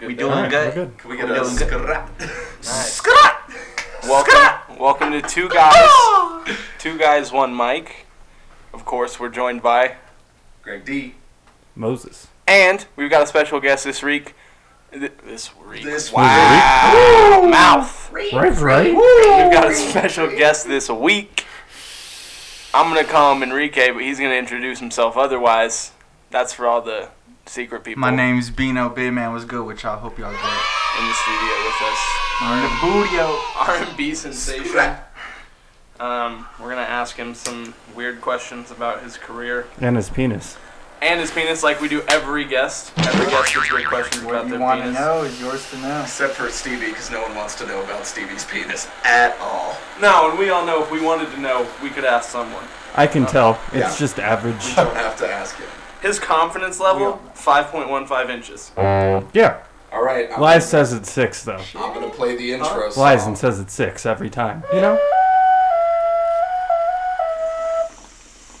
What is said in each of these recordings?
We doing doing good? good? good. Can we get We're a doing good. scrap? Nice. Scrap! Welcome, welcome to two guys, two guys, one mic. Of course, we're joined by, Greg D. Moses. and we've got a special guest this week. Th- This week, This wow, mouth. Right, right. We've got a special guest this week. I'm gonna call him Enrique, but he's gonna introduce himself. Otherwise, that's for all the secret people My name's Bino Bidman. What's good with y'all? Hope y'all good. in the studio with us. In the booty R&B sensation. Um, we're gonna ask him some weird questions about his career. And his penis. and his penis like we do every guest. Every guest gets great questions What about you their want to penis. know is yours to know. Except for Stevie, because no one wants to know about Stevie's penis at all. No, and we all know if we wanted to know, we could ask someone. I can tell. It's yeah. just average. Don't have to ask him. His confidence level, 5.15 inches. yeah. All right. I'm Lies says it's six though. Gonna, I'm gonna play the intro song. Lies says it's six every time. You know?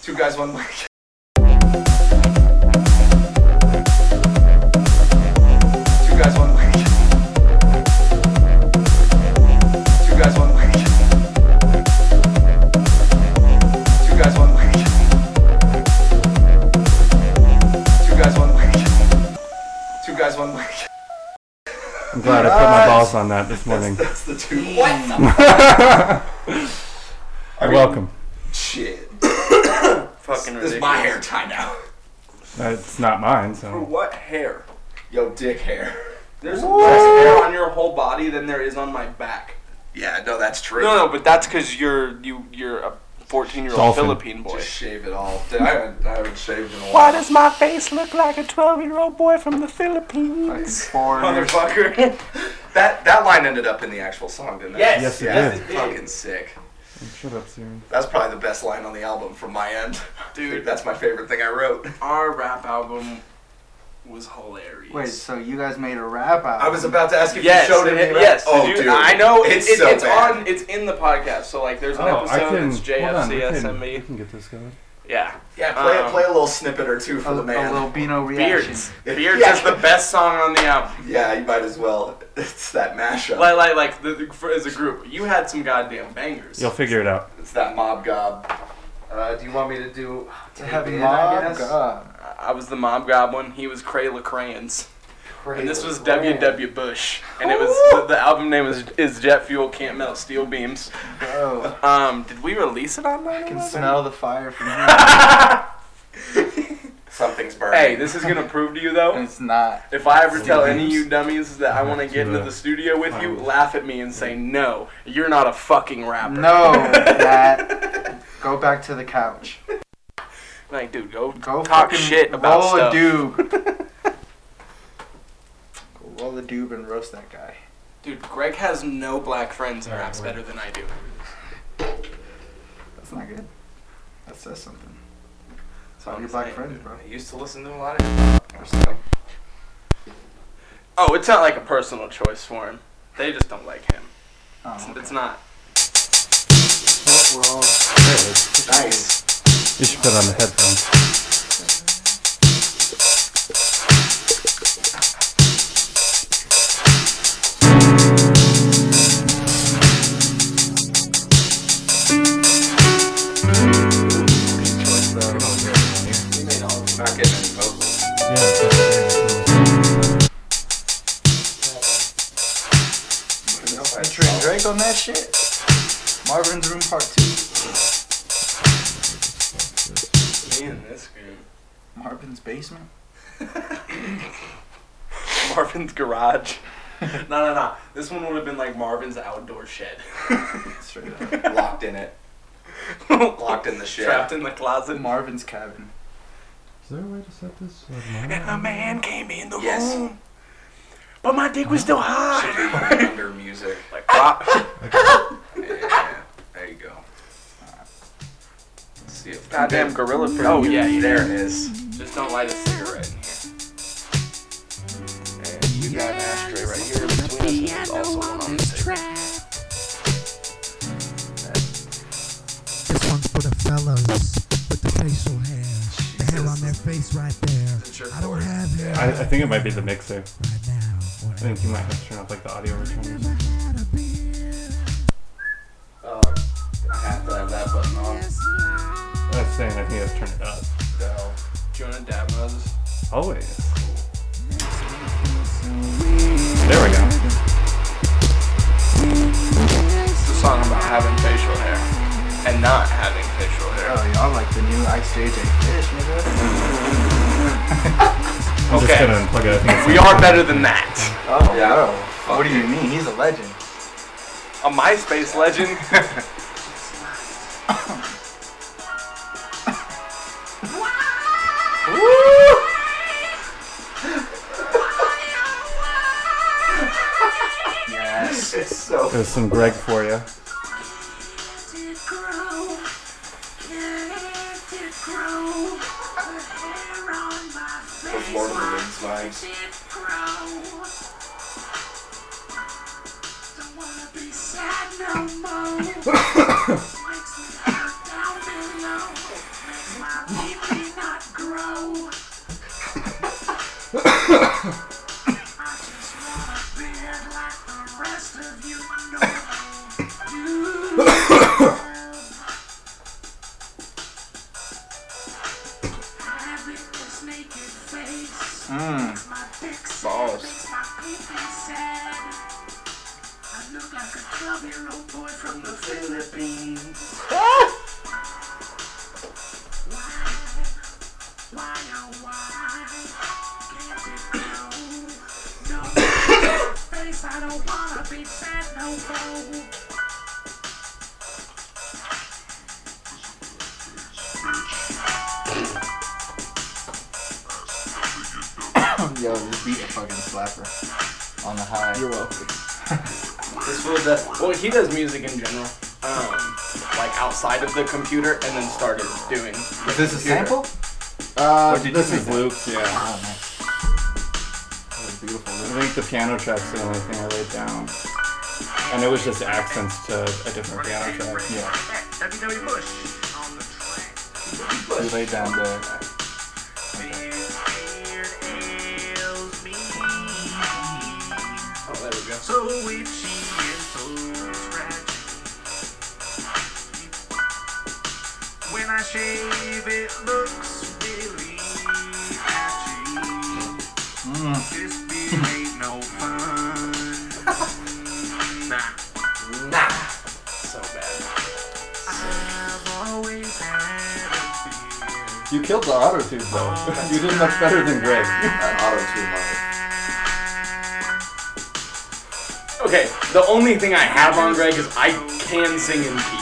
Two guys, one mic. Two guys, one mic. Two guys, one mic. Two guys, one mic. Two guys, one mic. Two guys, one mic. I'm glad I put my balls on that this morning. That's the two. What? You're welcome. Shit. Fucking ridiculous. This is my hair tie now. Uh, It's not mine, For so what hair? Yo, dick hair. There's less hair on your whole body than there is on my back. Yeah, no, that's true. No, no, but that's because you're you you're a 14 year old Dolphin. Philippine boy. Just shave it all. Dude, I haven't, I haven't shaved in a while. my face look like a 12 year old boy from the Philippines? Foreigners. motherfucker? that that line ended up in the actual song, didn't it? Yes, Yes, it yeah, did. it's fucking sick. shut up soon. That's probably the best line on the album from my end. Dude. that's my favorite thing I wrote. Our rap album was hilarious. Wait, so you guys made a rap out? I was about to ask if Yes, you showed it- it. to me. yes. Oh, did you- dude, I know it's it's it, so it's bad. on it's in the podcast. So like, there's an Oh, I episode can. that's hold on, I can- I JFCSMB. E. can get this going. E. Yeah, Yeah, play Um, it. Play a little snippet or two for a, the man. a little Bino reaction. Beards. Yeah. Beards is the best song on the album. Yeah, you might as well. It's that mashup. Like like like the, the- for, as a group, you had some goddamn bangers. You'll figure it out. It's that mob gob. Uh, do you want me to do? To have Take it, I mob guess. God. I I was the mob goblin. He was Cray LaCrayons. And this was W W oh. Bush, and it was the, the album name is is Jet Fuel Can't Melt Steel Beams. Bro, Um, did we release it on that? I can smell the fire from here. Something's burning. Hey, this is gonna prove to you though. it's not. If I ever tell any of you dummies that I want to get into uh, the studio with you, Wow. laugh at me and say, no, you're not a fucking rapper. No, that. Go back to the couch. Like, dude, go, Go talk fucking shit about roll stuff. a doob. Go roll a doob and roast that guy. Dude, Greg has no black friends and raps better than I do. That's not good. That says something. That's all I'm your black saying, friends, dude. bro. I used to listen to a lot of. So, Oh, it's not like a personal choice for him. They just don't like him. It's, Oh, it's not. we're all nice. You should put on the headphones. Not getting any vocals. Yeah, it's not very cool. featuring Drake on that shit. Marvin's Room Part Two. Me and this dude. Marvin's basement. Marvin's garage. no, no, no. This one would have been like Marvin's outdoor shed. Straight up. Locked in it. Locked in the shit. Trapped in the closet. Marvin's cabin. Is there a way to set this? And a man came in the Yes. room, but my dick was still hot. Should be under music. Like, pop. Yeah, there you go. Let's see if Goddamn gorilla fruit. Oh yeah, yeah. There it is. Just don't light a cigarette in here. And you got an ashtray right here between us. and There's also one on the table. This one's for the fellas with the facial hair. The hair on their face right there. I don't have hair I, I think it might be the mixer. right now or think you might have to turn off like the audio returns. Uh, I have to have that button on. I was saying I think you have to turn it up. No. Do you want to dab Moses? Always. There we go. It's a song about having facial hair and not having facial hair. Oh, y'all like the new Ice JJ Fish, nigga. I'm just Okay. gonna unplug it. I think it's We are better than that. Oh, Yeah. bro. What do you mean? He's a legend. A MySpace legend. Yes. It's so. There's some Greg for you. Lord of the Rings vibes. Mm. Mmm. Balls. I don't wanna be sad no more. Yo, this beat a fucking slapper. On the high. You're welcome. this fool does. Well, he does music in general, um, like outside of the computer, and then started doing. Is this a computer. sample? Or Uh, did this you is make Luke's, yeah. Oh, man. That was beautiful. I think the piano track's the only thing I laid down. And it was just accents to a different piano track. Yeah. You laid down the. Oh, there we go. When I shave, it looks really patchy. This beard ain't no fun. nah, Nah. So bad. I've always had a beard. You killed the auto tube though. you did much better than Greg. Okay, the only thing I have on Greg is I can sing in key.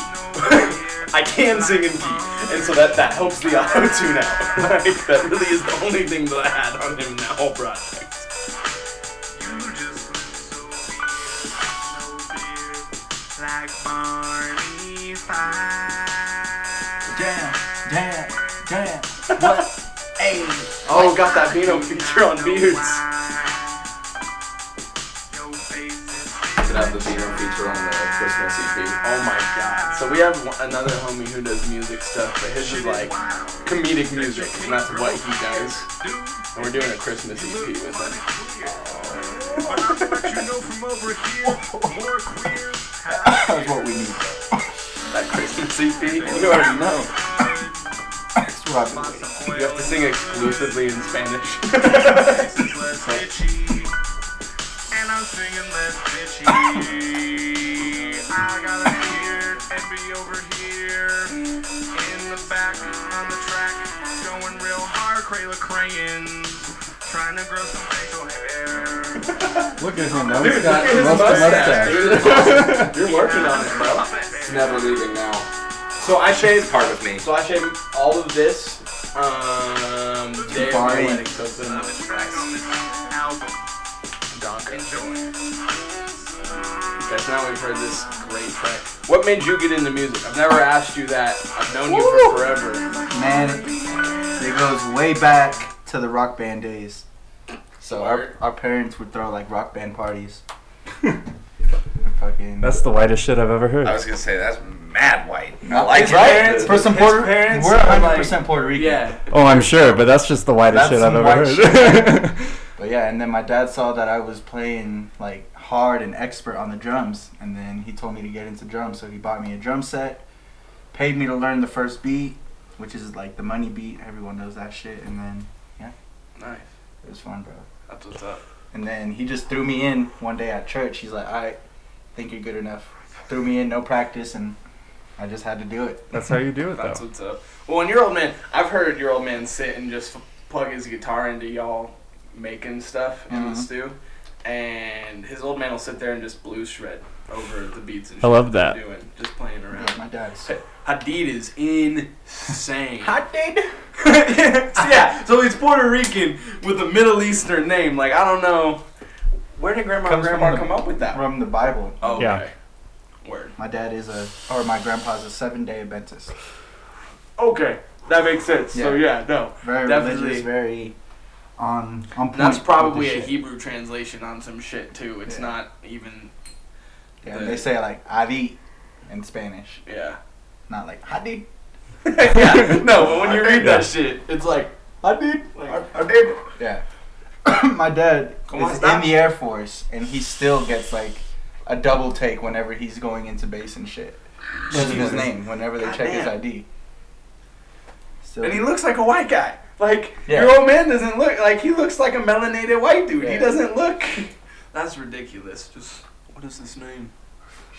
I can sing in key, and so that that helps the auto tune out. like that really is the only thing that I had on him in that whole project. Like Barney Fife. Damn, damn, damn. What? hey. Oh, got that Beano feature on Beards. Your face is Should have the Beano feature on the Christmas E EP. Oh my god. So we have one- another homie who does music stuff, but his is like comedic music, and that's what he does. And we're doing a Christmas EP with him. what you know from over here. More queer. That's what we need. That Christmas EP? You You already know. That's what I've been waiting. have to sing exclusively in Spanish. less bitchy. And I'm singing less bitchy. I got a beard and be over here in the back on the track, going real hard, Crayola crayons, trying to grow some facial hair. Look at him now. He's Look got at his most mustache, mustache. dude. You're working on it, bro. It's never leaving now. So I shaved Part of me. so I shaved all of this. Um Dave Barney. Melenick, so it's another On track. this album, Donka. enjoy. Okay, so now we've heard this great track. What made you get into music? I've never asked you that. I've known you for forever. Man, it goes way back to the rock band days. So our, Word. our parents would throw like rock band parties. Fucking. That's the whitest shit I've ever I heard. was gonna say that's mad white. I No, like it's it. right. For some His Puerto, parents we're are, 100% like- Puerto Rican. Yeah. Oh, I'm sure, but that's just the whitest That's shit I've some ever white heard. But yeah, and then my dad saw that I was playing like hard and expert on the drums, and then he told me to get into drums. So he bought me a drum set, paid me to learn the first beat, which is like the money beat. Everyone knows that shit. And then Nice. it was fun, bro. That's what's up. And then he just threw me in one day at church. He's like, "I think you're good enough." Threw me in, no practice, and I just had to do it. That's how you do it, That's though. what's up. Well, and your old man, I've heard your old man sit and just f- plug his guitar into y'all making stuff in the Mhm. stew, and his old man will sit there and just blues shred over the beats and I love shit that. you're doing, just playing Yeah, around. my dad. is- Hadid is insane. did. so, yeah, so he's Puerto Rican with a Middle Eastern name. Like I don't know, where did Grandma and Comes from Grandma the- come up with that? From the Bible. oh, okay. Yeah. Word. My dad is a, or my grandpa's a seven day Adventist. Okay, that makes sense. So yeah, no. Very Definitely. religious, very on on point. And that's with probably the a shit. Hebrew translation on some shit too. It's Yeah. not even Yeah, they say like "adi" in Spanish, yeah. not like "adi." yeah. No, but when you read Yeah. that shit, it's like I did. Like, I did. Yeah. My dad Come on, is in stop. the Air Force, and he still gets like a double take whenever he's going into base and shit because of his name. Whenever they check his Goddamn. ID. Still, and he looks like a white guy. Like Yeah. your old man doesn't look like he looks like a melanated white dude. He Yeah. doesn't look That's ridiculous. Just what is his name?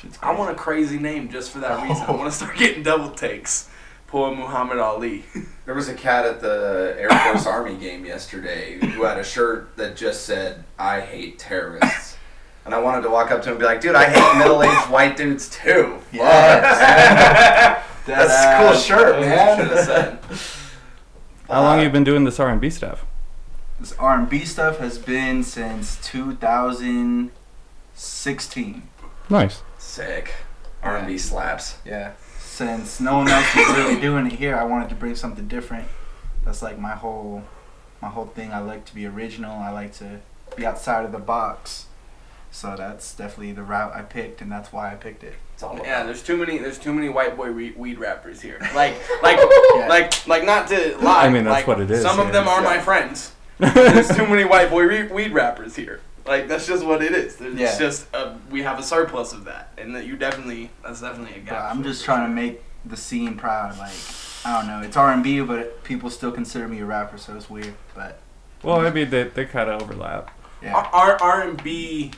shit's I want a crazy name just for that reason. I want to start getting double takes. Poor Muhammad Ali. There was a cat at the Air Force Army game yesterday who had a shirt that just said, I hate terrorists. And I wanted to walk up to him and be like, dude, I hate middle aged white dudes too. crazy. Yes. That's a cool shirt, man. Should have said. How long you been doing this R&B stuff? This R&B stuff has been since 2016. Nice. Sick. R&B slaps. Yeah. Since no one else was really doing it here, I wanted to bring something different. That's like my whole my whole thing. I like to be original. I like to be outside of the box. So that's definitely the route I picked, and that's why I picked it. It's all Yeah, there's too many. There's too many white boy re- weed rappers here. Like, like, Yeah. like, like, not to lie. I mean, that's like, what it is, Some yeah. of them are my friends. There's too many white boy re- weed rappers here. Like, that's just what it is. There's, Yeah. It's just uh we have a surplus of that, and that you definitely that's definitely a But gap. I'm just trying to make the scene proud. Like I don't know, it's R and B, but people still consider me a rapper, so it's weird. But Well, I mean, they, they kind of overlap. yeah, Our R and B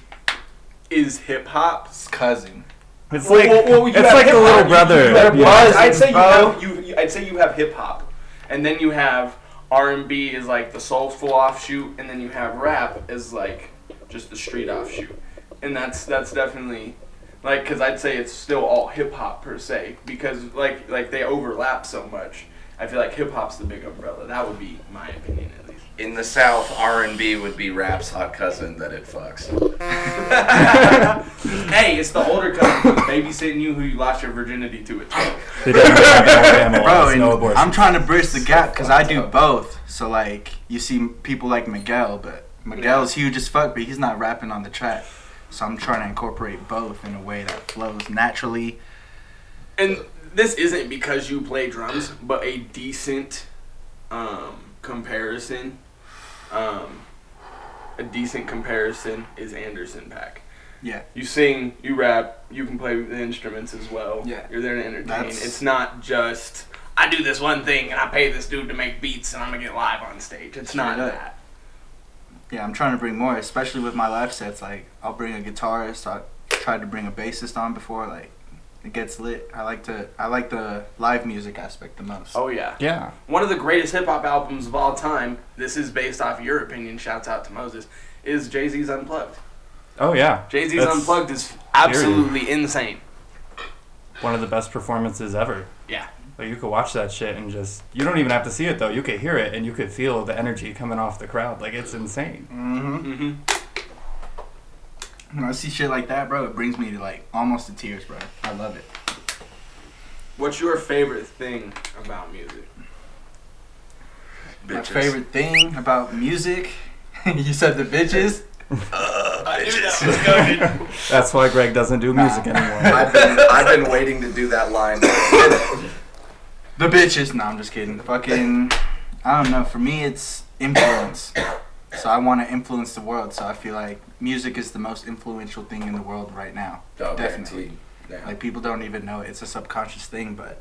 is hip hop. it's cousin. It's like it's like the little brother. yeah. I'd say you bro. have you. you- I'd say you have hip hop, and then you have R and B is like the soulful offshoot, and then you have rap is like just the street offshoot, and that's that's definitely like because I'd say it's still all hip hop per se because like like they overlap so much. I feel like hip hop's the big umbrella. That would be my opinion at least. In the South, R&B would be rap's hot cousin that it fucks. hey, it's the older cousin who's babysitting you who you lost your virginity to at twelve. They didn't have Alabama laws, Bro, and no abortion. I'm trying to bridge the gap because I do both. So like, you see people like Miguel, but Miguel's huge as fuck, but he's not rapping on the track. So I'm trying to incorporate both in a way that flows naturally. and this isn't because you play drums, but a decent um, comparison, um, a decent comparison is Anderson Pack. Yeah. You sing, you rap, you can play the instruments as well. Yeah. You're there to entertain. That's- It's not just I do this one thing and I pay this dude to make beats and I'm gonna get live on stage. It's not Straight up. that. Yeah, I'm trying to bring more, especially with my live sets. Like, I'll bring a guitarist. I tried to bring a bassist on before. Like, it gets lit. I like to. I like the live music aspect the most. Oh yeah. yeah. one of the greatest hip hop albums of all time. This is based off your opinion. Shouts out to Moses. Is Jay Z's Unplugged? Oh yeah. Jay Z's That's Unplugged is absolutely insane. One of the best performances ever. Yeah. Like you could watch that shit and just you don't even have to see it though. You could hear it and you could feel the energy coming off the crowd. Like it's insane. Mm-hmm. Mm-hmm. When I see shit like that, bro, it brings me to like almost to tears, bro. I love it. What's your favorite thing about music? My favorite thing about music, you said the bitches. I knew that was going. That's why Greg doesn't do music anymore. I've been, I've been waiting to do that line. Oh, The bitches. No, I'm just kidding. Fucking, I don't know. For me, it's influence. So I want to influence the world. So I feel like music is the most influential thing in the world right now. Oh, Definitely. guaranteed. Yeah. Like people don't even know it. It's a subconscious thing, but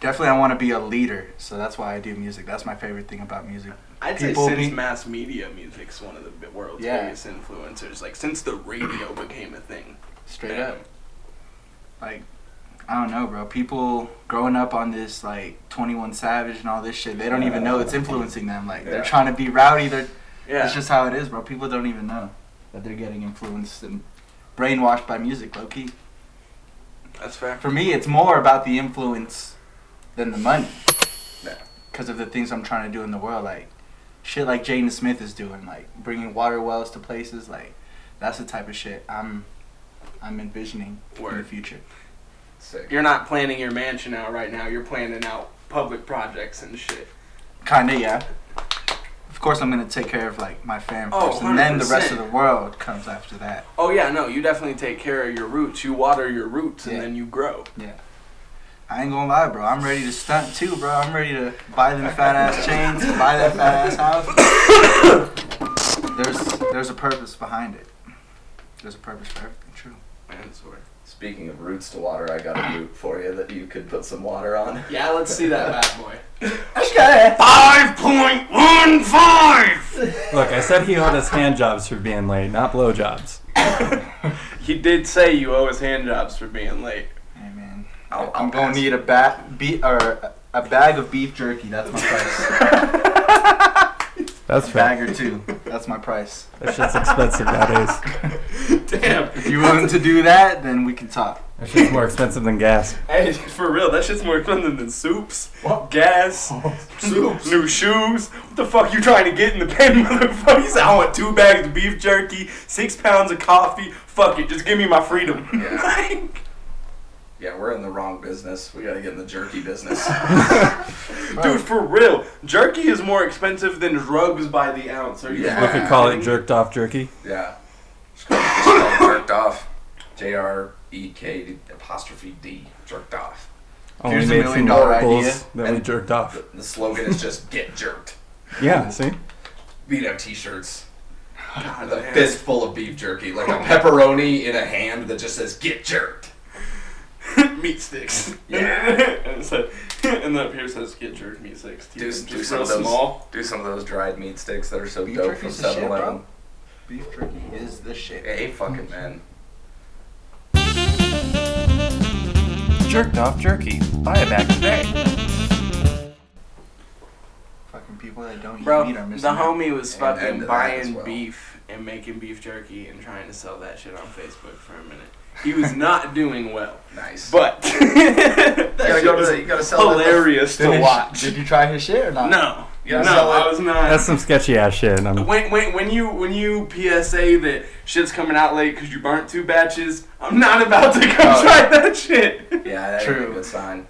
definitely I want to be a leader. So that's why I do music. That's my favorite thing about music. I'd say People since be- mass media music's one of the bi- world's Yeah. biggest influencers, like since the radio became a thing. Straight up. Like, I don't know, bro. People growing up on this, like, 21 Savage and all this shit, they don't even know it's influencing them. Like, Yeah. they're trying to be rowdy. They're, Yeah. It's just how it is, bro. People don't even know that they're getting influenced and brainwashed by music, low key. That's fact. For me, it's more about the influence than the money. Yeah. Because of the things I'm trying to do in the world. Like, shit like Jaden Smith is doing, like, bringing water wells to places. Like, that's the type of shit I'm. I'm envisioning in the Word. future. Sick. You're not planning your mansion out right now. You're planning out public projects and shit. Kinda, yeah. Of course, I'm gonna take care of like my fam Oh, first, and then the rest 100%. of the world comes after that. Oh yeah, no, you definitely take care of your roots. You water your roots and Yeah. then you grow. I ain't gonna lie, bro. I'm ready to stunt too, bro. I'm ready to buy them fat ass chains, buy that fat ass house. There's there's a purpose behind it. There's a purpose for everything. True. Man, it's word. Speaking of roots to water, I got a root for you that you could put some water on. Yeah, let's see that bad boy. Five point one five. Look, I said he owed us hand jobs for being late, not blowjobs. He did say you owe us hand jobs for being late. Hey man, I'll- I'll I'm gonna pass. need a bat be or a- a bag of beef jerky. That's my price. That's a bag or two. That's my price. That shit's expensive nowadays. Damn. If you're willing to do that, then we can talk. That shit's more expensive than gas. Hey, for real, that shit's more expensive than soups, gas, Oh, soups, new shoes. What the fuck you trying to get in the pen, motherfucker? You said I want two bags of beef jerky, six pounds of coffee. Fuck it, just give me my freedom. Yeah. Like, Yeah, we're in the wrong business. We gotta get in the jerky business. Dude, for real, jerky is more expensive than drugs by the ounce. Are you Yeah. We fucking could call it kidding? jerked off jerky. yeah. Just call just call it jerked off. J R E K apostrophe D. Jerked off. Only Here's a made million from dollar apples idea. that we jerked off. The, the slogan is just get jerked. Yeah, see? Beat up t-shirts. God, With a man. fistful of beef jerky, like a pepperoni in a hand that just says get jerked. meat sticks. Yeah. and, so, and then up here says get jerk meat sticks. Keep Do, them do just some real of those. small. Do some of those dried meat sticks that are so Beef dope from jerky's the shit, 7-Eleven. bro. Beef jerky is the shit. Hey, fucking man. Jerked off jerky. Buy a bag today. Fucking people that don't Bro, eat meat are missing. the out. homie was And- fucking and that as buying well. beef and making beef jerky and trying to sell that shit on Facebook for a minute. He was not doing well, Nice. but that you gotta shit go to was the, you gotta sell that- hilarious Did to you- watch. Did you try his shit or not? No, no, gotta sell I it. was not. That's some sketchy ass shit. and I'm, when, when, when you when you PSA that shit's coming out late because you burnt two batches, I'm not about to come Oh, try that shit. Yeah, that ain't a True. good sign.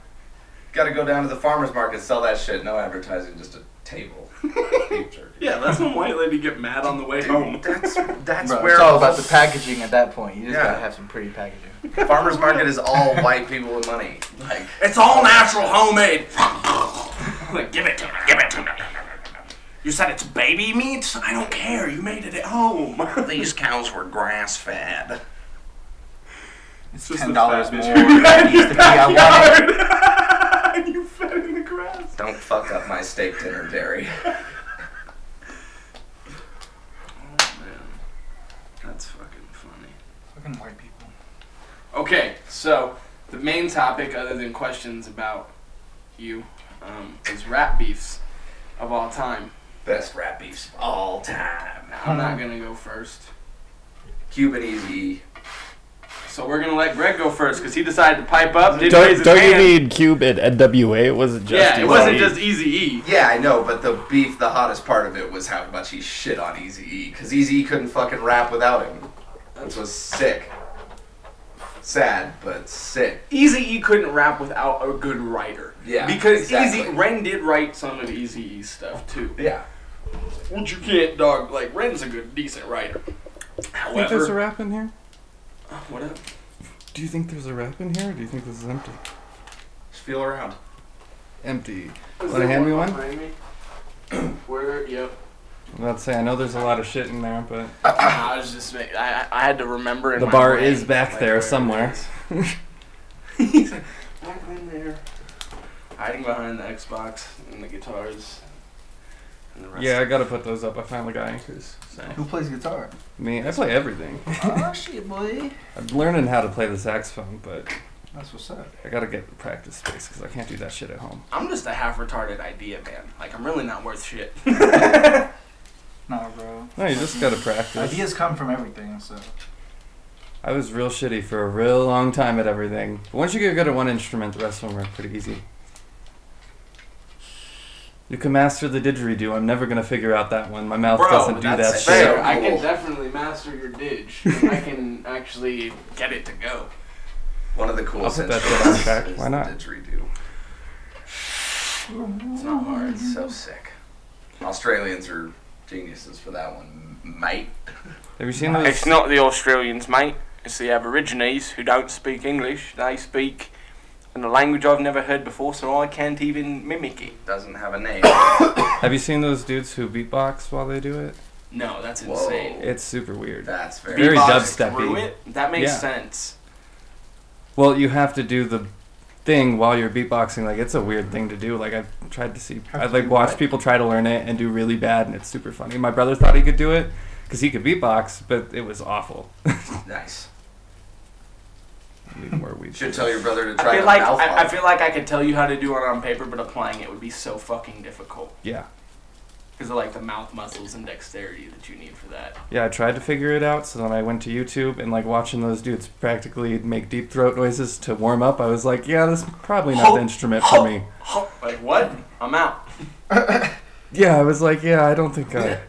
Got to go down to the farmers market, sell that shit. No advertising, just a table. Beef jerky. Yeah, that's when white lady get mad on the way home. Dude, that's that's Bro, where it's all about whole the packaging at that point. You just Yeah. gotta have some pretty packaging. farmers market is all white people with money. Like It's all natural, homemade. like, give it to me, give it to me. You said it's baby meat? I don't care. You made it at home. these cows were grass fed. It's just ten the dollars fat more. bitch. than it used to be. I want it. and you fed it in the grass. Don't fuck up my steak dinner, dairy. Oh, That's fucking funny. Fucking white people. Okay, so the main topic, other than questions about you, um, is rat beefs of all time. Best rat beefs of all time. I'm Hmm. not gonna go first. Cuban easy. So we're gonna let Greg go first because he decided to pipe up. Did raise Don't, his don't you hand. need Cube at NWA? It wasn't just Yeah, it wasn't ECE. just Easy E. Yeah, I know, but the beef, the hottest part of it was how much he shit on Easy E, because Easy E couldn't fucking rap without him, which was sick. Sad, but sick. Easy E couldn't rap without a good writer. Yeah, Because exactly. Easy Ren did write some of Easy E's stuff too. Yeah. Which you can't dog like Ren's a good decent writer. I think there's a However, uh, rap in here. what up? Do you think there's a rap in here, or do you think this is empty? Just feel around. Empty. Wanna hand me one? Where? Yep. I'm about to say, I know there's a lot of shit in there, but I was just make, I, I had to remember. In the my bar brain, is back like, there where- somewhere. Back in there, hiding behind the Xbox and the guitars and the rest. Yeah, I gotta put those up. I finally got anchors. Who plays guitar? Me, I play everything. oh shit, boy. I'm learning how to play the saxophone, but That's what's up. I gotta get practice space because I can't do that shit at home. I'm just a half retarded idea man. Like I'm really not worth shit. Nah, bro. No, you just gotta practice. Ideas come from everything, so. I was real shitty for a real long time at everything. But once you get good at one instrument, the rest of them are pretty easy. You can master the didgeridoo. I'm never gonna figure out that one. My mouth Bro, doesn't do that's that fair. shit. I can Cool. definitely master your didge. I can actually get it to go. One of the I'll coolest put that instruments shit on track. is Why the not? didgeridoo. It's not hard. It's so sick. Australians are geniuses for that one, mate. Have you seen those? It's not the Australians, mate. It's the Aborigines who don't speak English. They speak in a language I've never heard before, so I can't even mimic it. Doesn't have a name. Have you seen those dudes who beatbox while they do it? No, that's Whoa. insane. It's super weird. That's very. Very Beatbox dubstep-y. through it? That makes Yeah. sense. Well, you have to do the thing while you're beatboxing. Like it's a weird thing to do. Like I've tried to see, I like watch people try to learn it and do really bad, and it's super funny. My brother thought he could do it because he could beatbox, but it was awful. Nice. Need more weed. Should tell your brother to I try feel the like mouth I, I harp. feel like I could tell you how to do it on paper, but applying it would be so fucking difficult Yeah, because of like the mouth muscles and dexterity that you need for that. yeah. I tried to figure it out, so then I went to YouTube and like watching those dudes practically make deep throat noises to warm up. I was like, yeah, this is probably not the instrument for me. like what? I'm out. Yeah, I was like, yeah, I don't think I,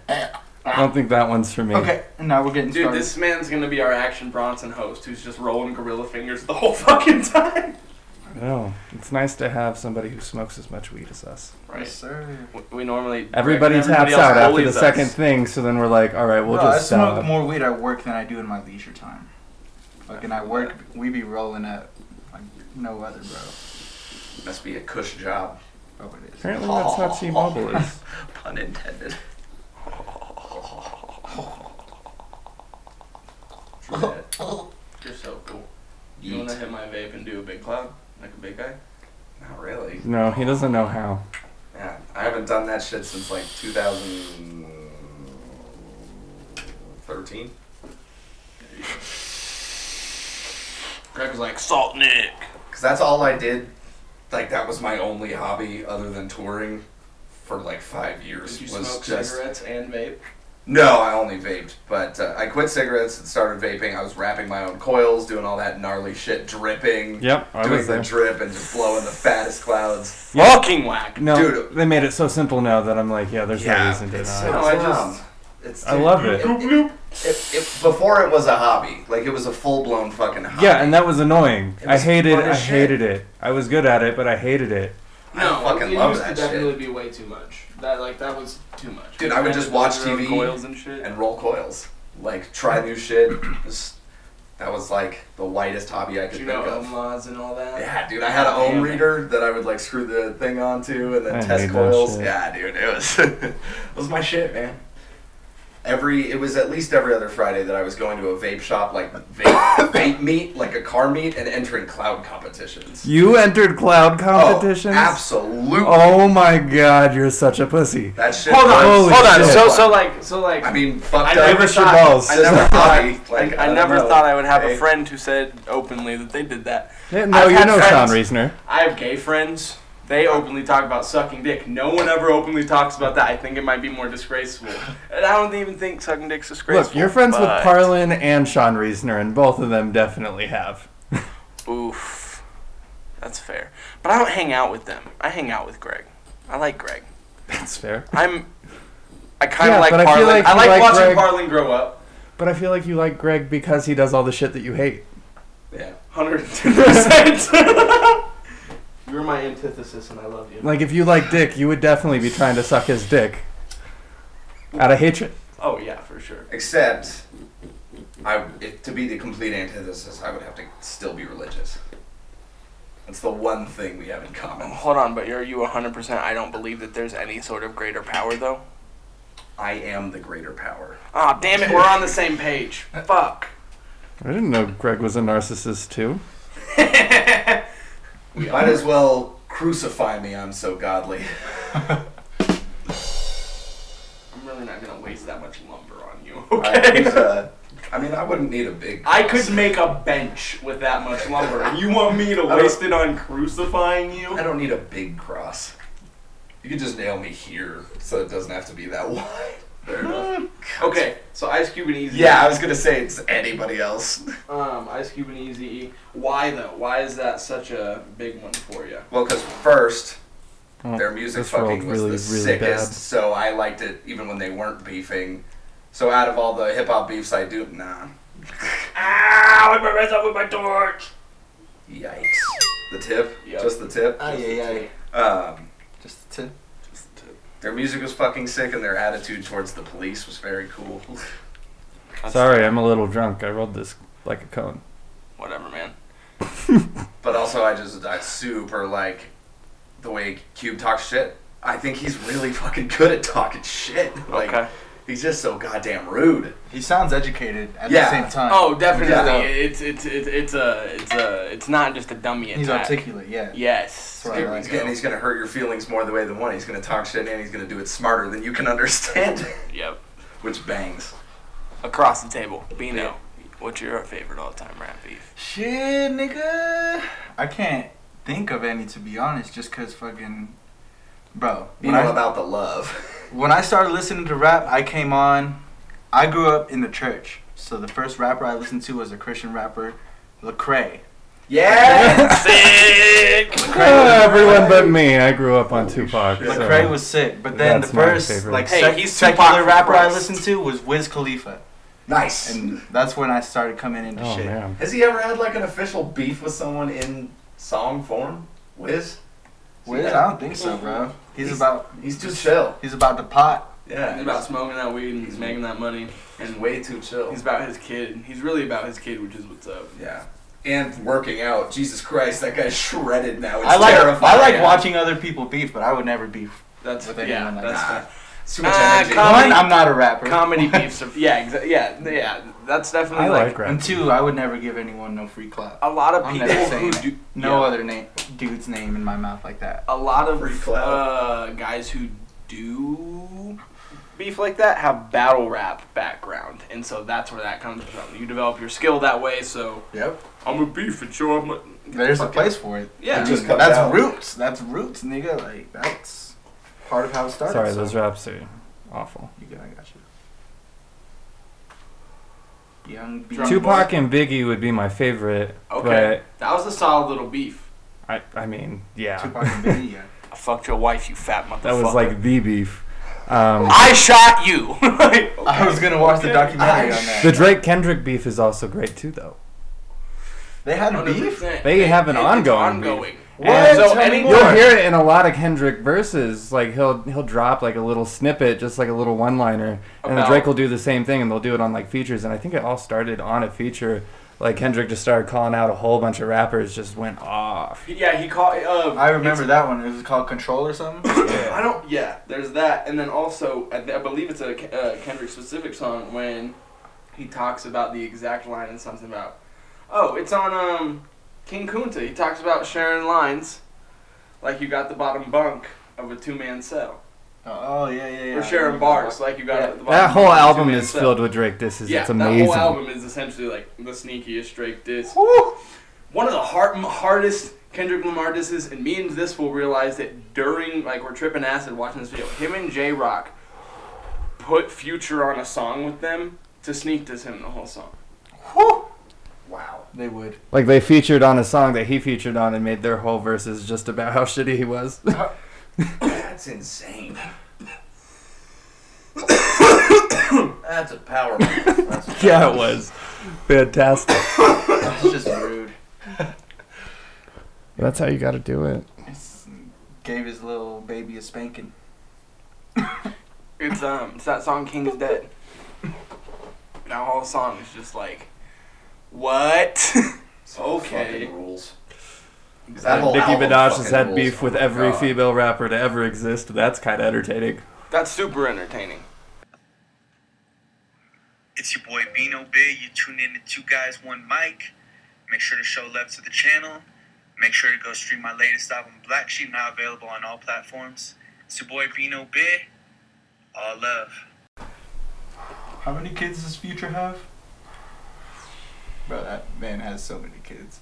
I don't think that one's for me. Okay, and now we're getting Dude, started. this man's gonna be our action Bronson host, who's just rolling gorilla fingers the whole fucking time. No, it's nice to have somebody who smokes as much weed as us. Yes, sir. We- We normally everybody Everybody taps else out after the bullies us. second thing, so then we're like, all right, we'll Bro, just I smoke stop. more weed at work than I do in my leisure time. Fucking I work, we be rolling up like no other, bro. Must be a cush job. Oh, it is. Apparently, that's how T-Mobile is. Pun intended. True that. You're so cool. You wanna Yeet. hit my vape and do a big cloud like a big guy? Not really. No, he doesn't know how. Yeah, I haven't done that shit since like 2013. Greg was like salt Nick. Because that's all I did. Like, that was my only hobby other than touring for like five years. Did you was smoke just cigarettes and vape? No, I only vaped, but uh, I quit cigarettes and started vaping. I was wrapping my own coils, doing all that gnarly shit, dripping. Yep, I doing was the there. drip and just blowing the fattest clouds. Fucking whack. No, Dude. they made it so simple now that I'm like, yeah, there's no reason to it's not. so No, I dumb. just- It's, I love it. it, it- Before it was a hobby, like it was a full blown fucking hobby. Yeah, and that was annoying. It I was hated, fun I as shit. hated it. I was good at it, but I hated it. No, I fucking it love used that to shit. definitely be way too much. That like that was too much. Dude, I would just watch Your own TV coils and shit. and roll coils, like try new shit. Just, that was like the lightest hobby I could you think know, of. umlauts and all that. Yeah, dude, I had an ohm Damn. reader that I would like screw the thing onto and then I test hate that coils. shit. Yeah, dude, it was it was my shit, man. Every it was at least every other Friday that I was going to a vape shop, like vape, vape meet, like a car meet, and entering cloud competitions. You entered cloud Competition? competitions. Oh, absolutely. Oh my god, you're such a pussy. That shit. Hold on, was- Holy hold on. shit. So so like so like I mean, fucked I up. never Give us your thought- balls. I never Just a thought, hobby, like, like, I I never don't know. thought I would have a Hey. friend who said openly that they did that. Yeah, I've No, you had know Sean friends- Reisner. I have gay friends. They openly talk about sucking dick. No one ever openly talks about that. I think it might be more disgraceful. And I don't even think sucking dick's disgraceful. Look, you're friends with but- Parlin and Sean Reisner, and both of them definitely have. Oof. That's fair. But I don't hang out with them. I hang out with Greg. I like Greg. That's fair. I'm. I kind of Yeah, like but I Parlin. feel like I you like, like watching Greg- Parlin grow up. But I feel like you like Greg because he does all the shit that you hate. Yeah. 110%. you're my antithesis, and I love you. Like if you like Dick, you would definitely be trying to suck his dick out of hatred. Oh, yeah, for sure. Except, I if, to be the complete antithesis, I would have to still be religious. That's the one thing we have in common. Hold on, but are you 100% I don't believe that there's any sort of greater power, though? I am the greater power. Ah, damn it, we're on the same page. Fuck. I didn't know Greg was a narcissist too. Might as well crucify me. I'm so godly. I'm really not gonna waste that much lumber on you. I, use Okay. a- I mean, I wouldn't need a big. I could make a bench with that much lumber, and you want me to don't- waste it on crucifying I you? don't need a big cross. You could just nail me here, so it doesn't have to be that wide. Fair enough. Okay, so Ice Cube and Easy. Yeah, I was gonna say it's anybody else. Um, Ice Cube and Easy. Why though? Why is that such a big one for you? Well, because first, Oh, their music this world fucking was really, the really sickest, bad. so I liked it even when they weren't beefing. So out of all the hip hop beefs I do, nah. Ow! I burnt myself with my torch. Yikes. The tip? Yep. Just the tip? Ay, ay, ay. Um, Just to their music was fucking sick, and their attitude towards the police was very cool. Sorry, I'm a little drunk. I rolled this like a cone. Whatever, man. but also, I just, I super like the way Cube talks shit. I think he's really fucking good at talking shit. Like, Okay. he's just so goddamn rude. He sounds educated at Yeah. the same time. Oh, definitely. Yeah. It's it's it's it's a it's a it's not just a dummy he's attack. articulate. Yeah. Yes. That's right. Dude, I he's go. gonna, he's gonna hurt your feelings more the way than one. He's gonna talk shit and he's gonna do it smarter than you can understand, Yep. which bangs. Across the table, Bino. What's your favorite all-time rap beef? Shit, nigga. I can't think of any to be honest, just cause fucking, bro. You when know I- about the love. when I started listening to rap, I came on. I grew up in the church, so the first rapper I listened to was a Christian rapper, Lecrae. Yeah. Sick. Ah, everyone but me. I grew up on Tupac. so- Lecrae was sick, but then That's the my first favorite. like Hey, sec- he's Tupac secular for rapper I Christ. listened to was Wiz Khalifa, nice. and that's when I started coming into Oh shit. man. Has he ever had like an official beef with someone in song form? Wiz? Wiz, Yeah. I don't think so, bro. He's, He's- about He's too chill. he's about the pot. Yeah. He's about smoking that weed and he's Mm-hmm. making that money. he's way too chill. He's about his kid. He's really about his kid, which is what's up. yeah. And working out. Jesus Christ, that guy's shredded now. It's I like terrifying. I like watching other people beef, but I would never beef. That's With yeah. anyone like that's that. fair. It's too much Ah, energy. come- Comedy- One, I'm not a rapper, comedy beefs. Are, yeah, exa- yeah, yeah. That's definitely I like, like and rap. two, I would never give anyone no free clap. a lot of I'm people never saying who that. do No yeah. other name, dude's name in my mouth like that. a lot of Free clout. uh, guys who do beef like that have battle rap background, and so that's where that comes from. You develop your skill that way. So Yep. I'm a beef and sure I'm. A, There's a Fuck place for it. Yeah. I It just mean, comes that's out. roots. That's roots, nigga. Like that's part of how it started. Sorry, so- those raps are awful. You got, I got you. Young B. Drunk Tupac and Biggie would be my favorite, Okay. that was a solid little beef. but I, I mean, yeah, Tupac and Biggie. Yeah. I fucked your wife, you fat motherfucker. that was like the beef. Um, I shot you. Like, I was gonna watch the documentary on that. the Drake Kendrick beef is also great too, though. They had a beef. 100%. They have an It- it's ongoing beef. ongoing. What? And So Tell me any You'll hear it in a lot of Kendrick verses. Like he'll he'll drop like a little snippet, just like a little one liner, and then About- Drake will do the same thing, and they'll do it on like features. And I think it all started on a feature. Like Kendrick just started calling out a whole bunch of rappers, just went off. Yeah, he called. Uh, I remember that one. It was called Control or something. I don't. Yeah, there's that, and then also I, th- I believe it's a Ke- uh, Kendrick specific song when he talks about the exact line and something about. Oh, it's on um, King Kunta. He talks about sharing lines, like you got the bottom bunk of a two man cell, Oh yeah, yeah, yeah. or sharing bars, like you got Yeah. at the bottom That whole bunk of a album two-man is cell. filled with Drake disses. Yeah, it's that amazing. whole album is essentially like the sneakiest Drake diss. One of the hard, hardest Kendrick Lamar disses, and me and this will realize that during like we're tripping acid watching this video, him and J Rock put Future on a song with them to sneak diss him the whole song. wow. They would. Like they featured on a song that he featured on and made their whole verses just about how shitty he was. That's insane. That's a power move. That's a yeah, it was fantastic. It's just rude. That's how you got to do it. It's, gave his little baby a spanking. It's um, it's that song King is Dead. That whole song is just like, what? Okay. Okay. Rules. That Nicki album Minaj has fucking had rules. beef with Oh my every God. female rapper to ever exist. That's kind of entertaining. That's super entertaining. It's your boy Bino B. You tune in to Two Guys One Mic. Make sure to show love to the channel. Make sure to go stream my latest album, Black Sheep, now available on all platforms. It's your boy Bino B. All love. How many kids does Future have? Bro, that man has so many kids.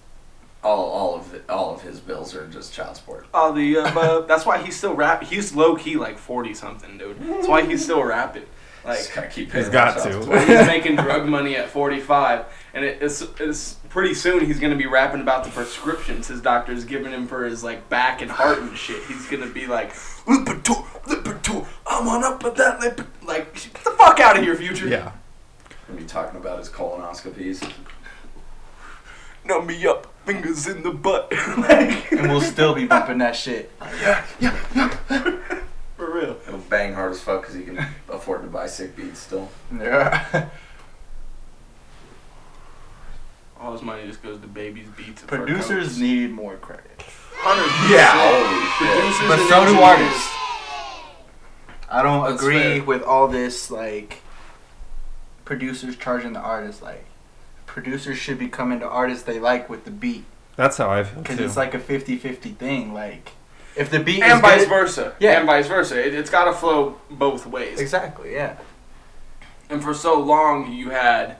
All, all of the, all of his bills are just child support. All the above. That's why he's still rap. He's low key like forty something, dude. That's why he's still rapping. Like, Like gotta keep paying He's got himself. to. Well, he's making drug money at 45, and it, it's, it's pretty soon he's gonna be rapping about the prescriptions his doctor's giving him for his like back and heart and shit. He's gonna be like, Lipitor, Lipitor, I'm on up with that lip. Like, get the fuck out of here, future. Yeah. Gonna be talking about his colonoscopies. Numb me up, fingers in the butt. like, And we'll still be bumping that shit. for real. He'll bang hard as fuck because he can afford to buy sick beats still. Yeah. All his money just goes to babies' beats. and fur Producers coats. need more credit. Hundred Holy shit. But so do artists. I don't That's agree fair. with all this like producers charging the artists like producers should be coming to artists they like with the beat That's how I feel because too. it's like a 50-50 thing like if the beat is and vice good- versa. Yeah. and vice versa. It, it's gotta flow both ways. exactly yeah And for so long, you had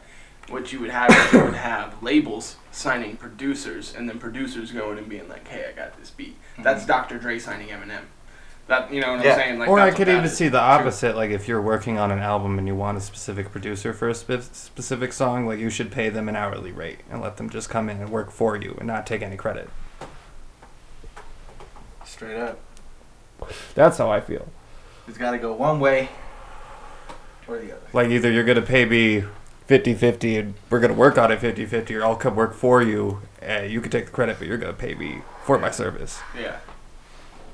what you would have is you would have labels signing producers, and then producers going and being like, "Hey, I got this beat." That's Dr. Dre signing Eminem. That you know what Mm-hmm. Yeah. I'm saying? Like, or I that's what could that even is. see the opposite. Like if you're working on an album and you want a specific producer for a spe- specific song, like you should pay them an hourly rate and let them just come in and work for you and not take any credit. straight up That's how I feel. it's got to go one way or the other Like either you're gonna pay me 50-50 and we're gonna work on it 50-50 or I'll come work for you and you can take the credit, but you're gonna pay me for my service. Yeah.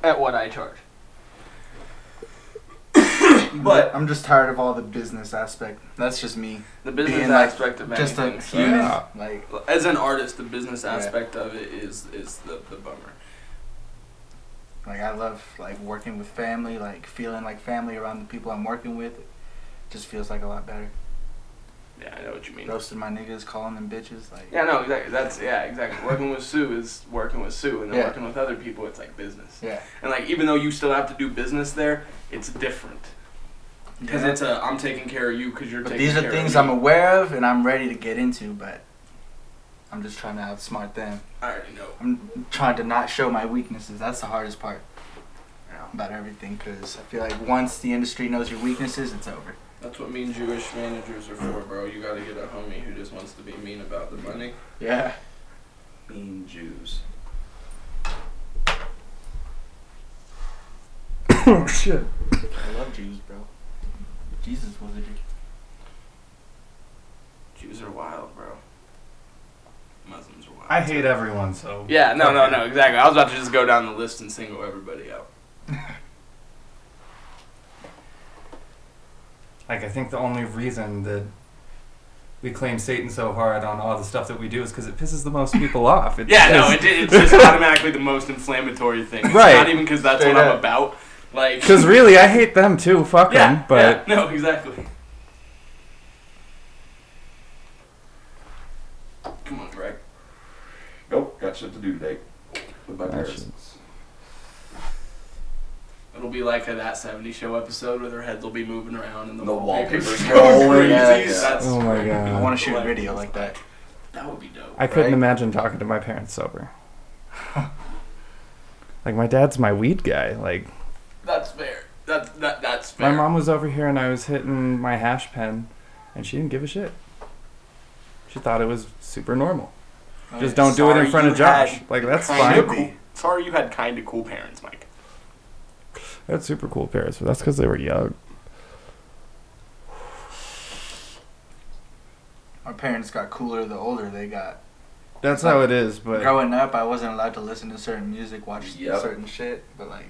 At what I charge. but But i'm just tired of all the business aspect that's just me the business Being like aspect of just a anything, so- human Yeah. like as an artist, the business Yeah. aspect of it is is the, the bummer. Like I love like working with family, like feeling like family around the people I'm working with. It just feels like a lot better. Yeah, I know what you mean. Roasting my niggas, calling them bitches, like Yeah, no, exactly. That's yeah, exactly. Working with Sue is working with Sue, and then Yeah. working with other people, it's like business. yeah. And like even though you still have to do business there, it's different because Yeah. it's a I'm taking care of you because you're but taking these are care things of I'm me. aware of and I'm ready to get into, but I'm just trying to outsmart them. I already know. I'm trying to not show my weaknesses. That's the hardest part about everything, because I feel like once the industry knows your weaknesses, it's over. That's what mean Jewish managers are for, bro. You gotta get a homie who just wants to be mean about the money. Yeah. Mean Jews. oh shit. I love Jews, bro. Jesus was a Jew. Jews are wild, bro. Muslims are wild. I hate everyone, so Yeah, no, no, no, exactly. I was about to just go down the list and single everybody out. Like I think the only reason that we claim Satan so hard on all the stuff that we do is because it pisses the most people off. It's Yeah, no, just- it, it's just automatically the most inflammatory thing. It's Right. Not even because that's Straight what I'm up. about. Like. Because really, I hate them too. Fuck yeah, them. But yeah, no, exactly. Come on, Greg. Nope, got shit to do today. With my parents. It'll be like a That 70 Show episode where their heads will be moving around and the, The wallpaper's wallpaper's going going crazy. nuts. That's, oh my I god, want to shoot a video like that. that would be dope. I couldn't Right? imagine talking to my parents sober. like my dad's my weed guy. Like That's fair. That's, that, that's fair. my mom was over here and I was hitting my hash pen, and she didn't give a shit. She thought it was super normal. Just don't do it Oh, Sorry in front of you Josh. had Like that's Kinda fine. cool. Sorry you had kind of cool parents, Mike. That's super cool parents, but that's because they were young. My parents got cooler the older they got. That's how it is. But Growing up, I wasn't allowed to listen to certain music, watch Yep. certain shit, but like,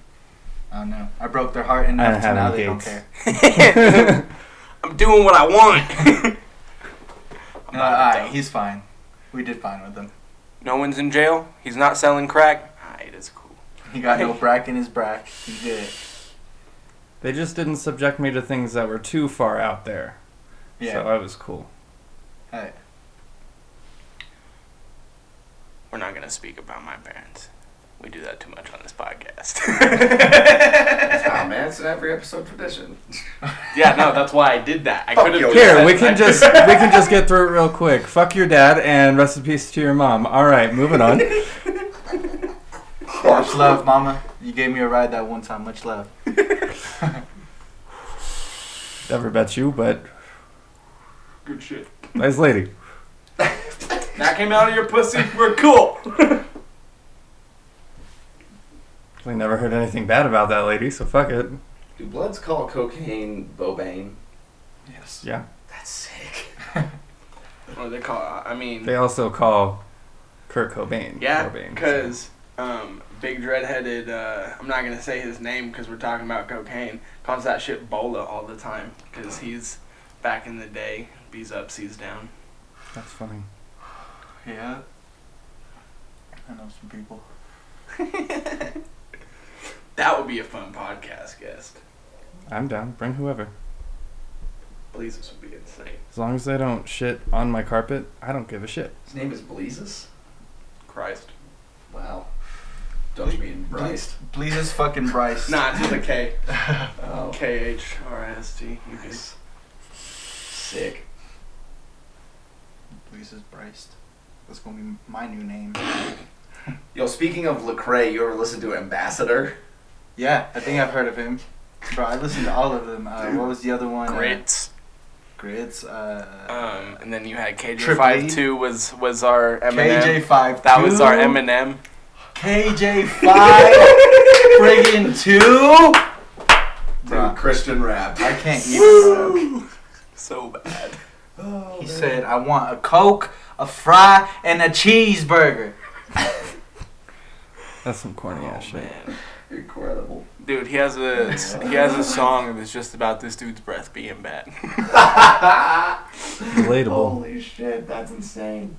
I don't know. I broke their heart enough to have now any they don't gates. Oh. care. I'm doing what I want. No, alright, he's fine. We did fine with him. no one's in jail. He's not selling crack. Alright, it's cool. He got no brack in his brack. He did. they just didn't subject me to things that were too far out there. Yeah. So uh, I was cool. Hey. We're not gonna speak about my parents. We do that too much on this podcast. Nah, man, it's an every episode tradition. yeah, no, that's why I did that. I Fuck could have your Here, dad. we can just we can just get through it real quick. Fuck your dad and rest in peace to your mom. All right, moving on. Much love, mama. You gave me a ride that one time. Much love. Never bet you, but good shit. nice lady. That came out of your pussy. We're cool. I never heard anything bad about that lady, so fuck it. Do bloods call cocaine Bobane? Yes. Yeah. That's sick. Or they call. I mean, They also call Kurt Cobain. yeah, Cobain, so- because um, big dreadheaded. Uh, I'm not gonna say his name because we're talking about cocaine. Calls that shit Bola all the time because he's back in the day. B's up, C's down. that's funny. Yeah. I know some people. That would be a fun podcast guest. I'm down. Bring whoever. Blazes would be insane. As long as they don't shit on my carpet, I don't give a shit. His name is Bleezes? Christ. Wow. Don't you mean Bryce? Please, this fucking Bryce. Nah, it's with a K. Oh, K H R I S T. You good? nice. Sick. Please, this Bryce. That's gonna be my new name. Yo, speaking of Lecrae, you ever listen to Ambassador? Yeah, I think I've heard of him. Bro, I listened to all of them. Uh, what was the other one? Uh, Grits. Grits. Uh, Um, and then you had KJ Triple Five E. Two was was our Eminem. KJ5. That was our Eminem. KJ5 friggin' 2? Dude, Christian rap. I can't even. So bad. bro. He said, I want a Coke, a fry, and a cheeseburger. That's some corny ass shit. Oh, Man. Incredible. Dude, he has a he has a song that's just about this dude's breath being bad. Relatable. Holy shit, that's insane.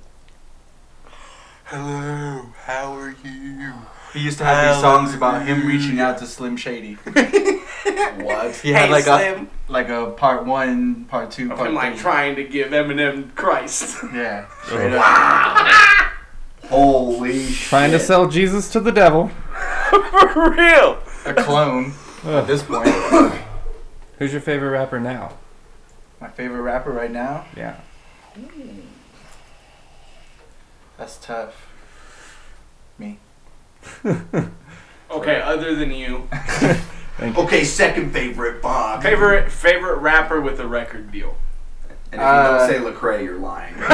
Hello, how are you? He used to have these songs about him reaching out to Slim Shady. What? He had Hey, like Slim. a like a part one, part two, Of part him three. like trying to give Eminem Christ. yeah. Holy shit. Trying to sell Jesus to the devil. For real. A clone at this point. Who's your favorite rapper now? My favorite rapper right now? Yeah. That's tough. Okay, other than you, Okay, second favorite, Bob. favorite favorite rapper with a record deal. And if you don't Uh, say Lecrae, you're lying. Damn,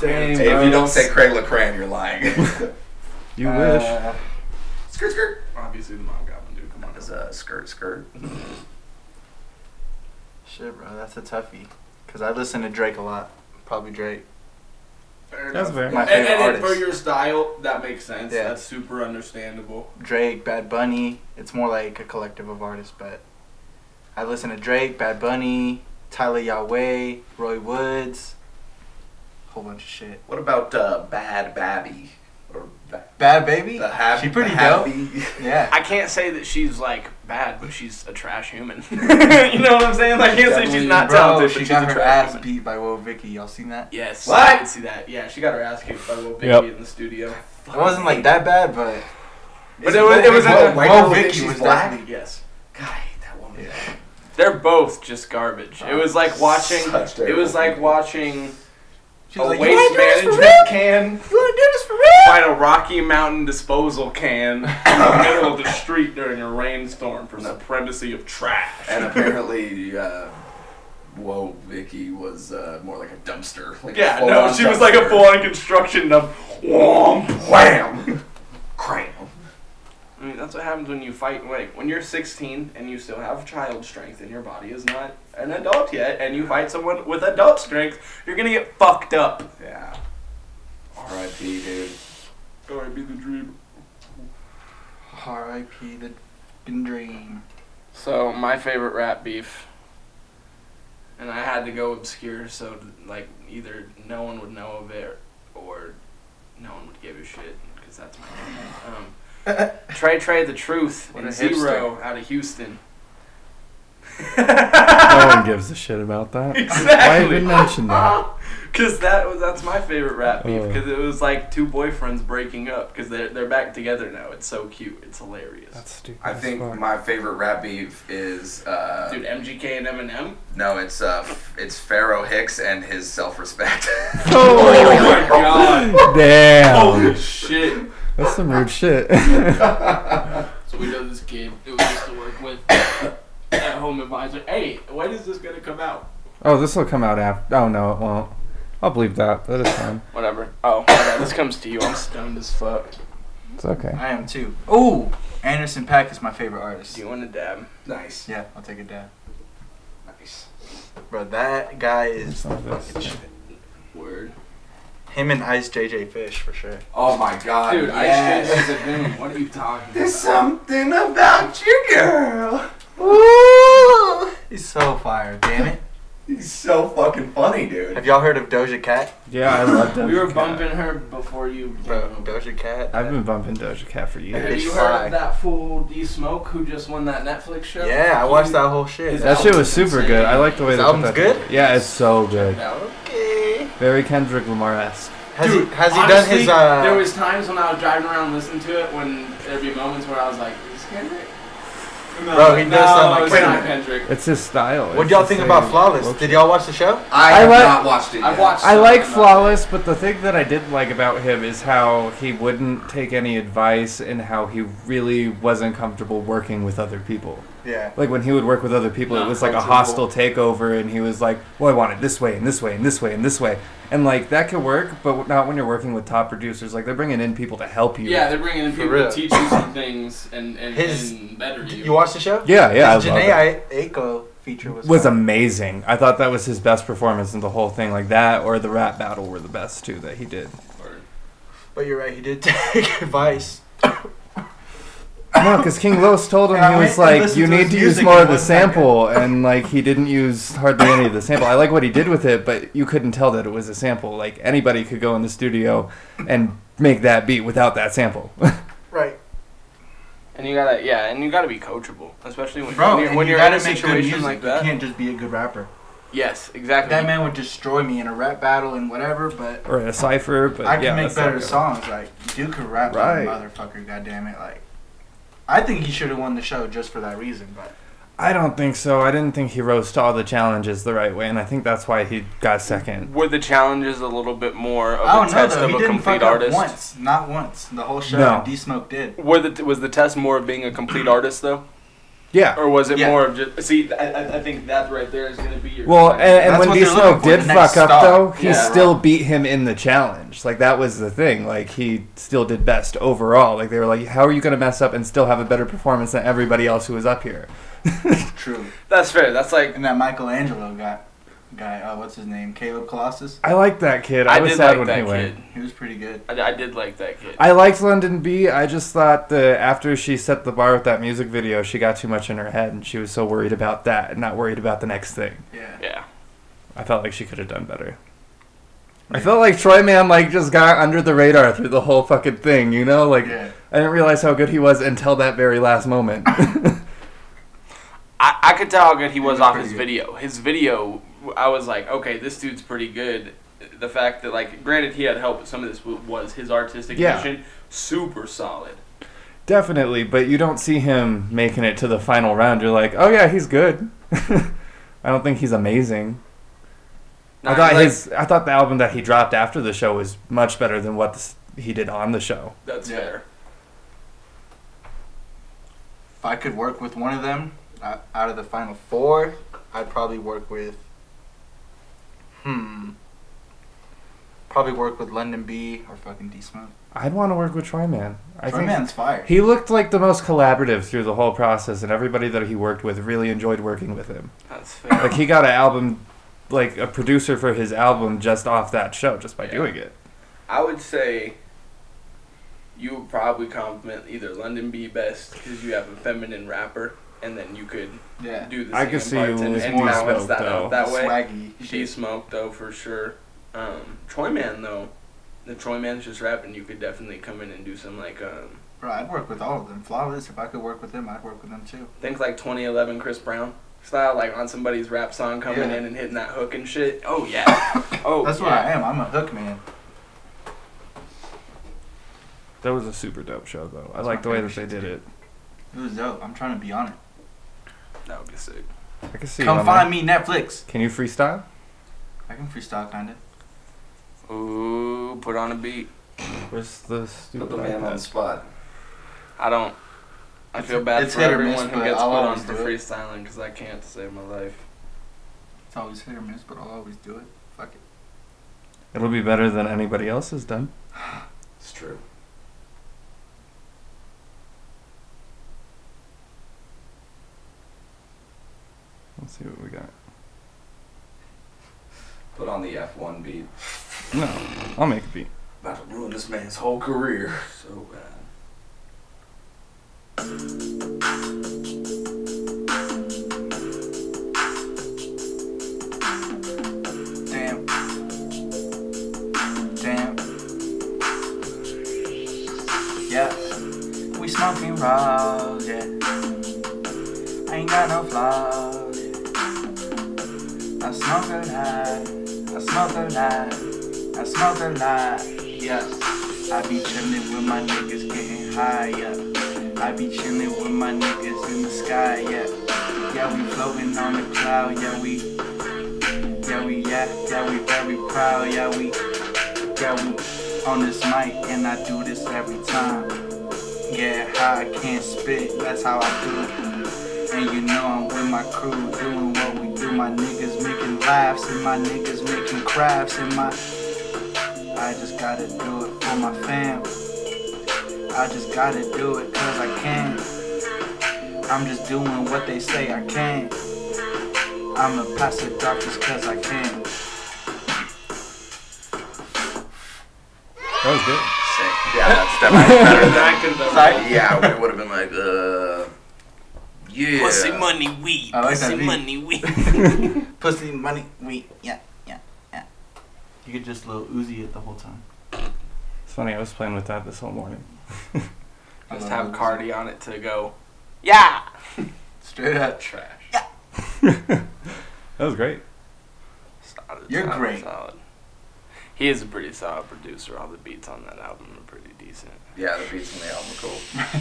Hey, if you don't say Cray Lecrae, you're lying. You wish. Uh, skirt, skirt. Obviously, the Mom Goblin dude. Come on. Is a skirt, skirt. Shit, bro, that's a toughie. Cause I listen to Drake a lot. Probably Drake. Fair That's enough. fair. My and, favorite and then for artist. your style, that makes sense. Yeah. That's super understandable. Drake, Bad Bunny. It's more like a collective of artists, but I listen to Drake, Bad Bunny, Tyler Yahweh, Roy Woods, whole bunch of shit. What about uh, Bad Babby? Or ba- Bad Baby. the hab- she pretty the dope. Habby? Yeah. I can't say that she's like bad, but she's a trash human. you know what I'm saying? Like, I can't say she's not Bro, talented, she but she's got a her trash ass human. beat by Will Vicky. Y'all seen that? Yes. What? I did see that. Yeah, she got her ass kicked by Lil Baby Yep. in the studio. It wasn't like that bad, but But it was, it was Whoa, at white Whoa, girl Vicky thinks she's was black. definitely- the- yes. God, I hate that woman. They're both just garbage. It was like watching. Such It was terrible like people. watching she a was like, waste management can "You wanna do this for real?" find a Rocky Mountain disposal can in the middle of the street during a rainstorm for supremacy of trash. And apparently, uh, whoa, Vicky was uh, more like a dumpster. Like a Yeah, no, full-on she was like a dumpster. full-on construction dump. Womp. Wham! Cram! I mean, that's what happens when you fight. Like when you're 16 and you still have child strength and your body is not an adult yet, and you fight someone with adult strength, you're gonna get fucked up. Yeah. R.I.P., dude. Or be the dream. R.I.P. the fucking dream. So my favorite rap beef, and I had to go obscure, so like either no one would know of it or no one would give a shit because that's my name. Um, Trey Trey the Truth What and a hipster. Zero out of Houston. no one gives a shit about that. Why Exactly. even mention that? Cause that was that's my favorite rap beef. Oh. Cause it was like two boyfriends breaking up. Cause they're they're back together now. It's so cute. It's hilarious. That's stupid. I as think fuck. my favorite rap beef is uh, Dude, MGK and Eminem. no, it's uh, f- it's Pharaoh Hicks and his self-respect. Oh my god. Holy Damn. shit. That's some rude shit. So we know this kid who we used to work with at Home Advisor. Hey, when is this gonna come out? oh, this will come out after. Oh, no, it won't. I'll bleep that. That is fine. Whatever. Oh, okay, this comes to you. I'm stoned as fuck. It's okay. I am too. Ooh, Anderson Pack is my favorite artist. Do you want a dab? nice, Yeah, I'll take a dab. nice. Bro, that guy is Some of this. fucking shit. Word. Him and Ice JJ Fish for sure. Oh my god, Dude, yes. I changed as a goon. What are you talking There's about? something about you, girl. He's so fire, damn it. He's so fucking funny, dude. Have y'all heard of Doja Cat? Yeah, I love Doja We were Cat. bumping her before you. Bro, Doja Cat. I've been bumping Doja Cat for Have years. bitch you heard fly. of that fool D Smoke who just won that Netflix show? yeah, I He- watched that whole shit. Is That shit was super good. I like the way His they put album's that good? together. Yeah, it's so good. Okay. Very Kendrick Lamar esque. Has Dude, he has he honestly, done his uh There was times when I was driving around listening to it when there'd be moments where I was like, "Is this Kendrick?" And I was Bro, he does sound like it's Kendrick. not Kendrick. It's his style. what It's do y'all the think same about Flawless? look. Did y'all watch the show? I, I have like- not watched it yet. I've watched. I some like of it. Flawless, but the thing that I did like about him is how he wouldn't take any advice and how he really wasn't comfortable working with other people. Yeah. Like when he would work with other people, it Not was like a hostile comfortable. takeover, and he was like, "Well, I want it this way, and this way, and this way, and this way," and like that could work, but not when you're working with top producers. Like they're bringing in people to help you. Yeah, they're bringing in For people to real. teach you some things and and, His- and better you. You watched the show? yeah, yeah. I love His it. Janae Aiko feature was was fire. amazing. I thought that was his best performance in the whole thing. Like that or the rap battle were the best two that he did. Word. But you're right, he did take advice. No, because King Los told him And I he went was and like, listened you to need his to use music more in of the one second." sample, and like he didn't use hardly any of the sample. I like what he did with it, but you couldn't tell that it was a sample. Like anybody could go in the studio and make that beat without that sample. Right. And you gotta yeah, and you gotta be coachable, especially when Bro, when you're, when you're in gotta a make good situation music. like You that. can't just be a good rapper. Yes, exactly. That man would destroy me in a rap battle and whatever, but or a cipher, but I can yeah, make that's not better good. songs. Like Duke could rap Right. like a motherfucker, goddammit. Like I think he should have won the show just for that reason, but I don't think so. I didn't think he rose to all the challenges the right way, and I think that's why he got second. Were the challenges a little bit more of I a don't know test though. of He a didn't fuck complete up artist? once, not once. The whole show, No. D Smoke did. Were the was the test more of being a complete artist though, Yeah. or was it Yeah. more of just see? I, I- I think that right there is going to be your. Well, and, and That's when what D they're looking Smoke for, did the next fuck up, star. though, he Yeah. still beat him in the challenge. Like, that was the thing. Like, he still did best overall. Like, they were like, how are you going to mess up and still have a better performance than everybody else who was up here? True. that's fair. That's like And that Michelangelo got guy, uh, what's his name? Caleb Colossus. I like that kid. I, I, was did sad like when he that went. kid. He was pretty good. I, I did like that kid. I liked London B. I just thought that after she set the bar with that music video, she got too much in her head and she was so worried about that and not worried about the next thing. Yeah. yeah, I felt like she could have done better. I felt like Troy Man like just got under the radar through the whole fucking thing, you know? Like Yeah. I didn't realize how good he was until that very last moment. I, I could tell how good he was was off pretty his good. video. His video, I was like, okay, this dude's pretty good. The fact that like, granted, he had help, but some of this w- was his artistic Yeah. vision. Super solid. Definitely, but you don't see him making it to the final round. You're like, oh yeah, he's good. I don't think he's amazing. I Nah, thought like, his I thought the album that he dropped after the show was much better than what this, he did on the show. that's Yeah. fair. If I could work with one of them uh, out of the final four, I'd probably work with. Hmm. Probably work with London B or fucking D Smoke. I'd want to work with Troy Man. I Troy think Man's fire. He looked like the most collaborative through the whole process, and everybody that he worked with really enjoyed working with him. That's fair. Like he got an album, like a producer for his album, just off that show, just by Yeah. doing it. I would say you would probably compliment either London B best because you have a feminine rapper, and then you could yeah. do the I singing could see parts you and, with and more balance smoke, that though. out that way. Swaggy. D Smoke though for sure. Um, Troy Man though, the Troy Man's just rapping. You could definitely come in and do some like um, Bro, I'd work with all of them. Flawless. If I could work with them, I'd work with them too. think like 2011 Chris Brown. style, like on somebody's rap song coming Yeah. in and hitting that hook and shit. Oh yeah. Oh, That's yeah. what I am. I'm a hook man. That was a super dope show, though. I That's like my the way that favorite they did it. It was dope. I'm trying to be on it. That would be sick. I can see. Come find me, Netflix. Can you freestyle? I can freestyle, kinda. Ooh, put on a beat. Where's the Put stupid the man on the iPad? spot. I don't. I feel bad it's for hit or miss, everyone who but gets I'll put on always for do it. freestyling because I can't save my life. It's always hit or miss, but I'll always do it. Fuck it. It'll be better than anybody else has done. It's true. Let's see what we got. Put on the F1 beat. No, I'll make a beat. About to ruin this man's whole career. So bad. Damn. Damn. Yeah. We smoking raw, yeah. I ain't got no flaws, yeah. I smoke a lot. I smoke a lot. I smoke a lot, yeah. I be chillin' with my niggas getting high, yeah. I be chillin' with my niggas in the sky, yeah. Yeah, we floating on the cloud, yeah, we yeah, we yeah, yeah, we very proud, yeah, we yeah, we on this mic and I do this every time. Yeah, how I can't spit, that's how I do it. And you know I'm with my crew doing what we do. My niggas making laughs and my niggas making crafts and my I just gotta do it for my fam. I just gotta do it cause I can. I'm just doing what they say I can. I'ma pass the doctors cause I can. That was good. Sick. Yeah, that's definitely better than I could Yeah, we would have been like, uh, yeah. money weed. I like that beat. weed. Pussy, money, we, yeah, yeah, yeah. You could just little Uzi it the whole time. It's funny. I was playing with that this whole morning. Just have Cardi on it to go. Yeah. Straight up. Trash. that was great. Solid, You're solid, great. Solid. He is a pretty solid producer. All the beats on that album are pretty decent. Yeah, the beats in the album are cool.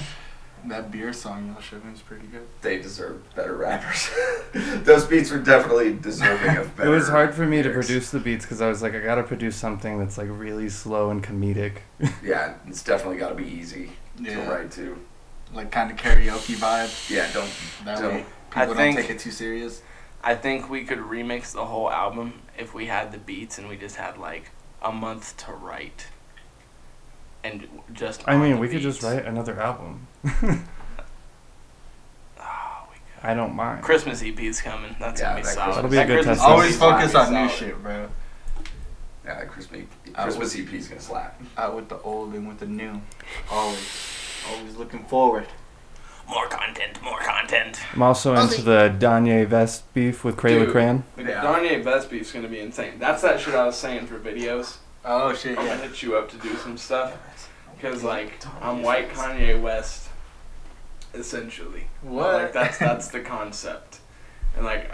That beer song y'all showed was pretty good. They deserve better rappers. Those beats were definitely deserving of It better. was hard for me to lyrics. produce the beats because I was like, I gotta produce something that's like really slow and comedic. Yeah, it's definitely got to be easy Yeah. to write to. Like kind of karaoke vibe. Yeah, don't. That Dope. way I people don't think- take it too serious. I think we could remix the whole album if we had the beats and we just had like a month to write. And just. I on mean, the we could just beats. write another album. Oh, we could. I don't mind. Christmas EP's coming. That's Yeah, gonna be that solid. Christmas- That'll be a That good Christmas E test. Always EP's gonna focus be on new solid. shit, bro. Yeah, that Christmas, E I Christmas EP is gonna slap. Out with the old and with the new. Always. Always looking forward. More content. More content. I'm also into the Danye Vest beef with Cray Dude. Cran. The Yeah. Darnay Best beef's gonna be insane. That's that shit I was saying for videos. Oh shit, I'm gonna yeah. hit you up to do some stuff because like I'm white Kanye West, essentially. What? Like that's that's the concept, and like,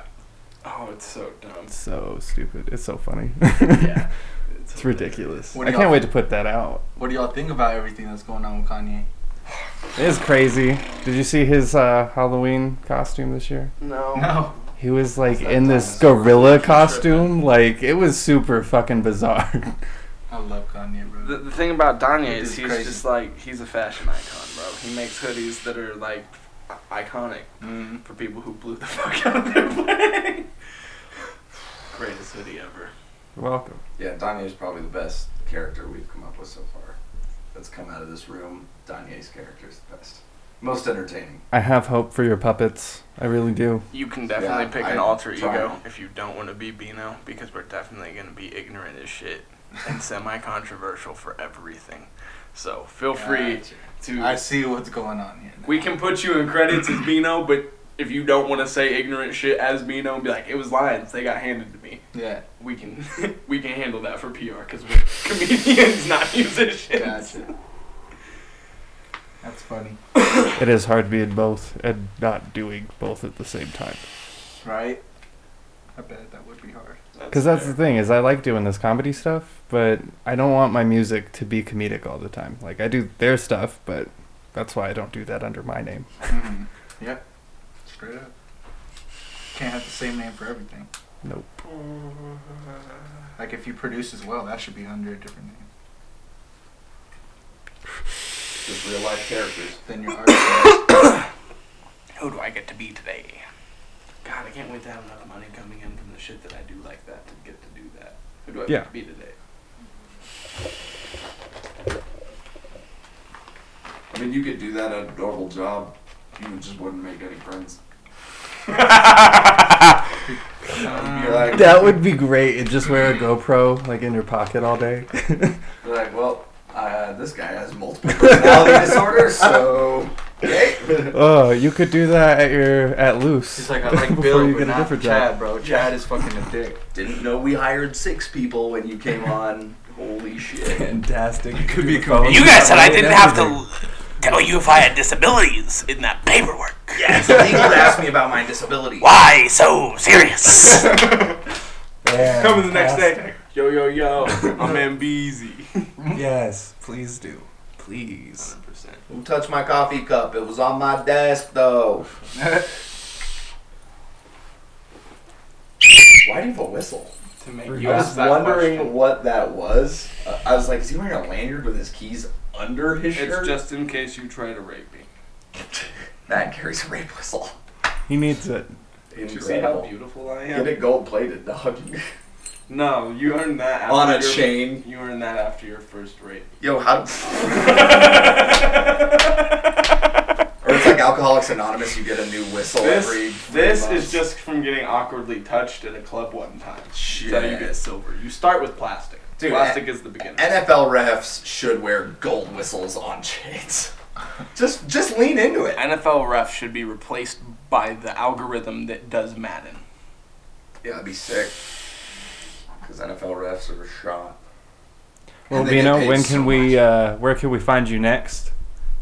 oh, it's so dumb. It's so stupid. It's so funny. Yeah, it's ridiculous. What I do can't y'all- wait to put that out. What do y'all think about everything that's going on with Kanye? It is crazy. Did you see his uh, Halloween costume this year? No. No. He was like that in this dinosaur? gorilla costume. Like it was super fucking bizarre. I love Kanye, bro. The, the thing about Danye This is is he's crazy. just like he's a fashion icon, bro. He makes hoodies that are like i- iconic Mm. for people who blew the fuck out of their plane. Greatest hoodie ever. You're welcome. Yeah, Danye's probably the best character we've come up with so far. That's come out of this room. Danye's character is the best, most entertaining. I have hope for your puppets. I really do. You can definitely Yeah, pick I an alter try. ego if you don't want to be Bino, because we're definitely going to be ignorant as shit and semi controversial for everything. So feel free Gotcha. to. I see what's going on here. now. we can put you in credits as Bino, but if you don't want to say ignorant shit as Bino and be like, it was lions, they got handed to me. Yeah. We can we can handle that for PR because we're comedians, not musicians. Gotcha. That's funny. It is hard being both and not doing both at the same time. right? I bet that would be hard. Because that's the thing is I like doing this comedy stuff, but I don't want my music to be comedic all the time. Like I do their stuff, but that's why I don't do that under my name. Mm-hmm. Mhm. Yep. Straight up. Can't have the same name for everything. Nope. Like if you produce as well, that should be under a different name. Just real life characters. Then your art. Who do I get to be today? God, I can't wait to have enough money coming in from the shit that I do like that to get to do that. Who do I Yeah. get to be today? I mean, you could do that at a normal job. You just wouldn't make any friends. You're like, That would be great. And just wear a GoPro like in your pocket all day. you're like, well, uh, this guy has multiple personality disorders, so okay. oh, you could do that at your at loose. He's like, I like Bill, but not Chad, bro. Chad is fucking a dick. Didn't know we hired six people when you came on. Holy shit! Fantastic. Could be a comedy. comedy. You guys said I didn't have to tell you if I had disabilities in that paperwork. Yes, legal asked me about my disability. Why so serious? Coming Coming the next day. Yo, yo, yo. I'm Ambeezy. Yes, please do. Please. Who touched my coffee cup? It was on my desk, though. Why do you have a whistle? To make Reverse you I ask was that wondering question. what that was. Uh, I was like, is he wearing a lanyard with his keys under his shirt? It's just in case you try to rape me. that carries a rape whistle. He needs it. Did you see how Incredible. beautiful I Get am? it gold plated, dog. No, you earned that after on a your- chain. You earned that after your first rape. Yo, how? or it's like Alcoholics Anonymous. You get a new whistle every. This, three this months. is just from getting awkwardly touched at a club one time. Shit. That's how you get silver. You start with plastic. Dude, eh, plastic is the beginning. NFL refs should wear gold whistles on chains. just just lean into it. NFL ref should be replaced by the algorithm that does Madden. Yeah, that'd be sick. Because NFL refs are shot. Well, And they get Bino, paid when so can we? much. Uh, where can we find you next?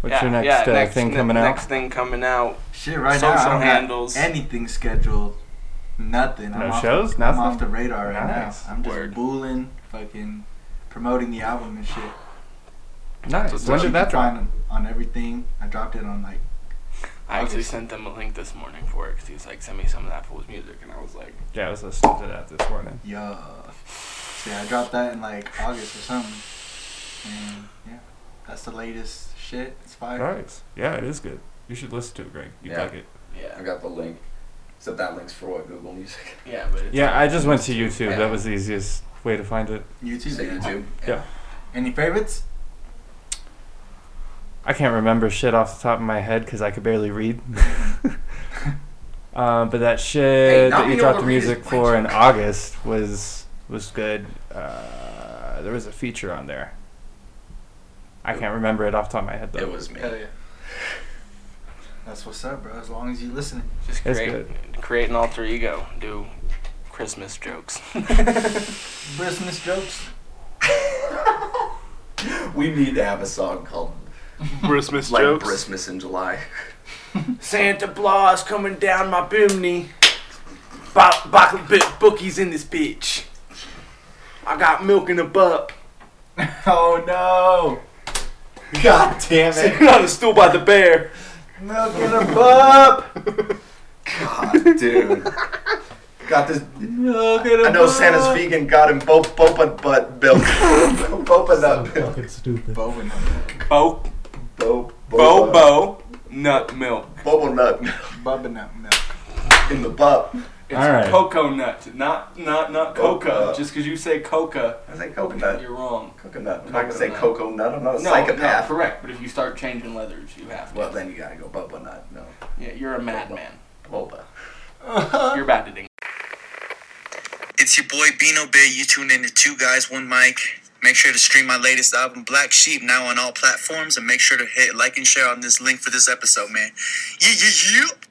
What's your next, uh, thing coming out? Next thing coming out. Shit, right now I Social don't handles. have anything scheduled. Nothing. No off- shows? I'm Nothing? off the radar right Nice. now. I'm just Word. booling, fucking promoting the album and shit. Nice. Just When Keep did that drop? trying on everything. I dropped it on like I actually August. sent them a link this morning for it because he's like, send me some of that fool's music, and I was like, Yeah, I was listening to that this morning. yeah. See, I dropped that in like August or something. And yeah, that's the latest shit. It's fire. Nice. Yeah, it is good. You should listen to it, Greg. You Yeah. like it. yeah, I got the link. Except that link's for what Google Music. yeah, but it's Yeah, I just went to YouTube. Yeah. That was the easiest way to find it. YouTube. So YouTube. Any favorites? I can't remember shit off the top of my head because I could barely read. um, but that shit Hey, not that you being dropped able to the read is music my for in joke. August was was good. Uh, there was a feature on there. I can't remember it off the top of my head though. It was me. Hell yeah. That's what's up, bro. As long as you listening. just It's create, create an alter ego, do Christmas jokes. Christmas jokes. We need to have a song called Christmas like Christmas in July. Santa Claus coming down my chimney. Bop, bop, bit bookies in this bitch. I got milk in a buck. Oh no! God damn Sitting on the stool by the bear. Milk in a pup! God, dude. Got this. Milk in I know Santa's vegan. Got him bo- boba butt milk. boba nut milk. Fucking stupid. Bowen. Bo, Bo- bo, boba- bo, nut milk. Boba nut milk Bubba nut milk. in the butt. It's All right. cocoa nut, not not not coca. Coca. Just because you say coca, I say coconut. you're wrong. Coconut. I'm not gonna say cocoa nut. I'm not a No, psychopath. no, correct. But if you start changing letters, you have to. Well, then you gotta go boba nut. No, yeah, you're a madman. boba. You're bad at English. It's your boy Bino Bay. You tune in to Two Guys, One Mic. Make sure to stream my latest album, Black Sheep, now on all platforms, and make sure to hit like and share on this link for this episode, man. Yeah, yeah, yeah.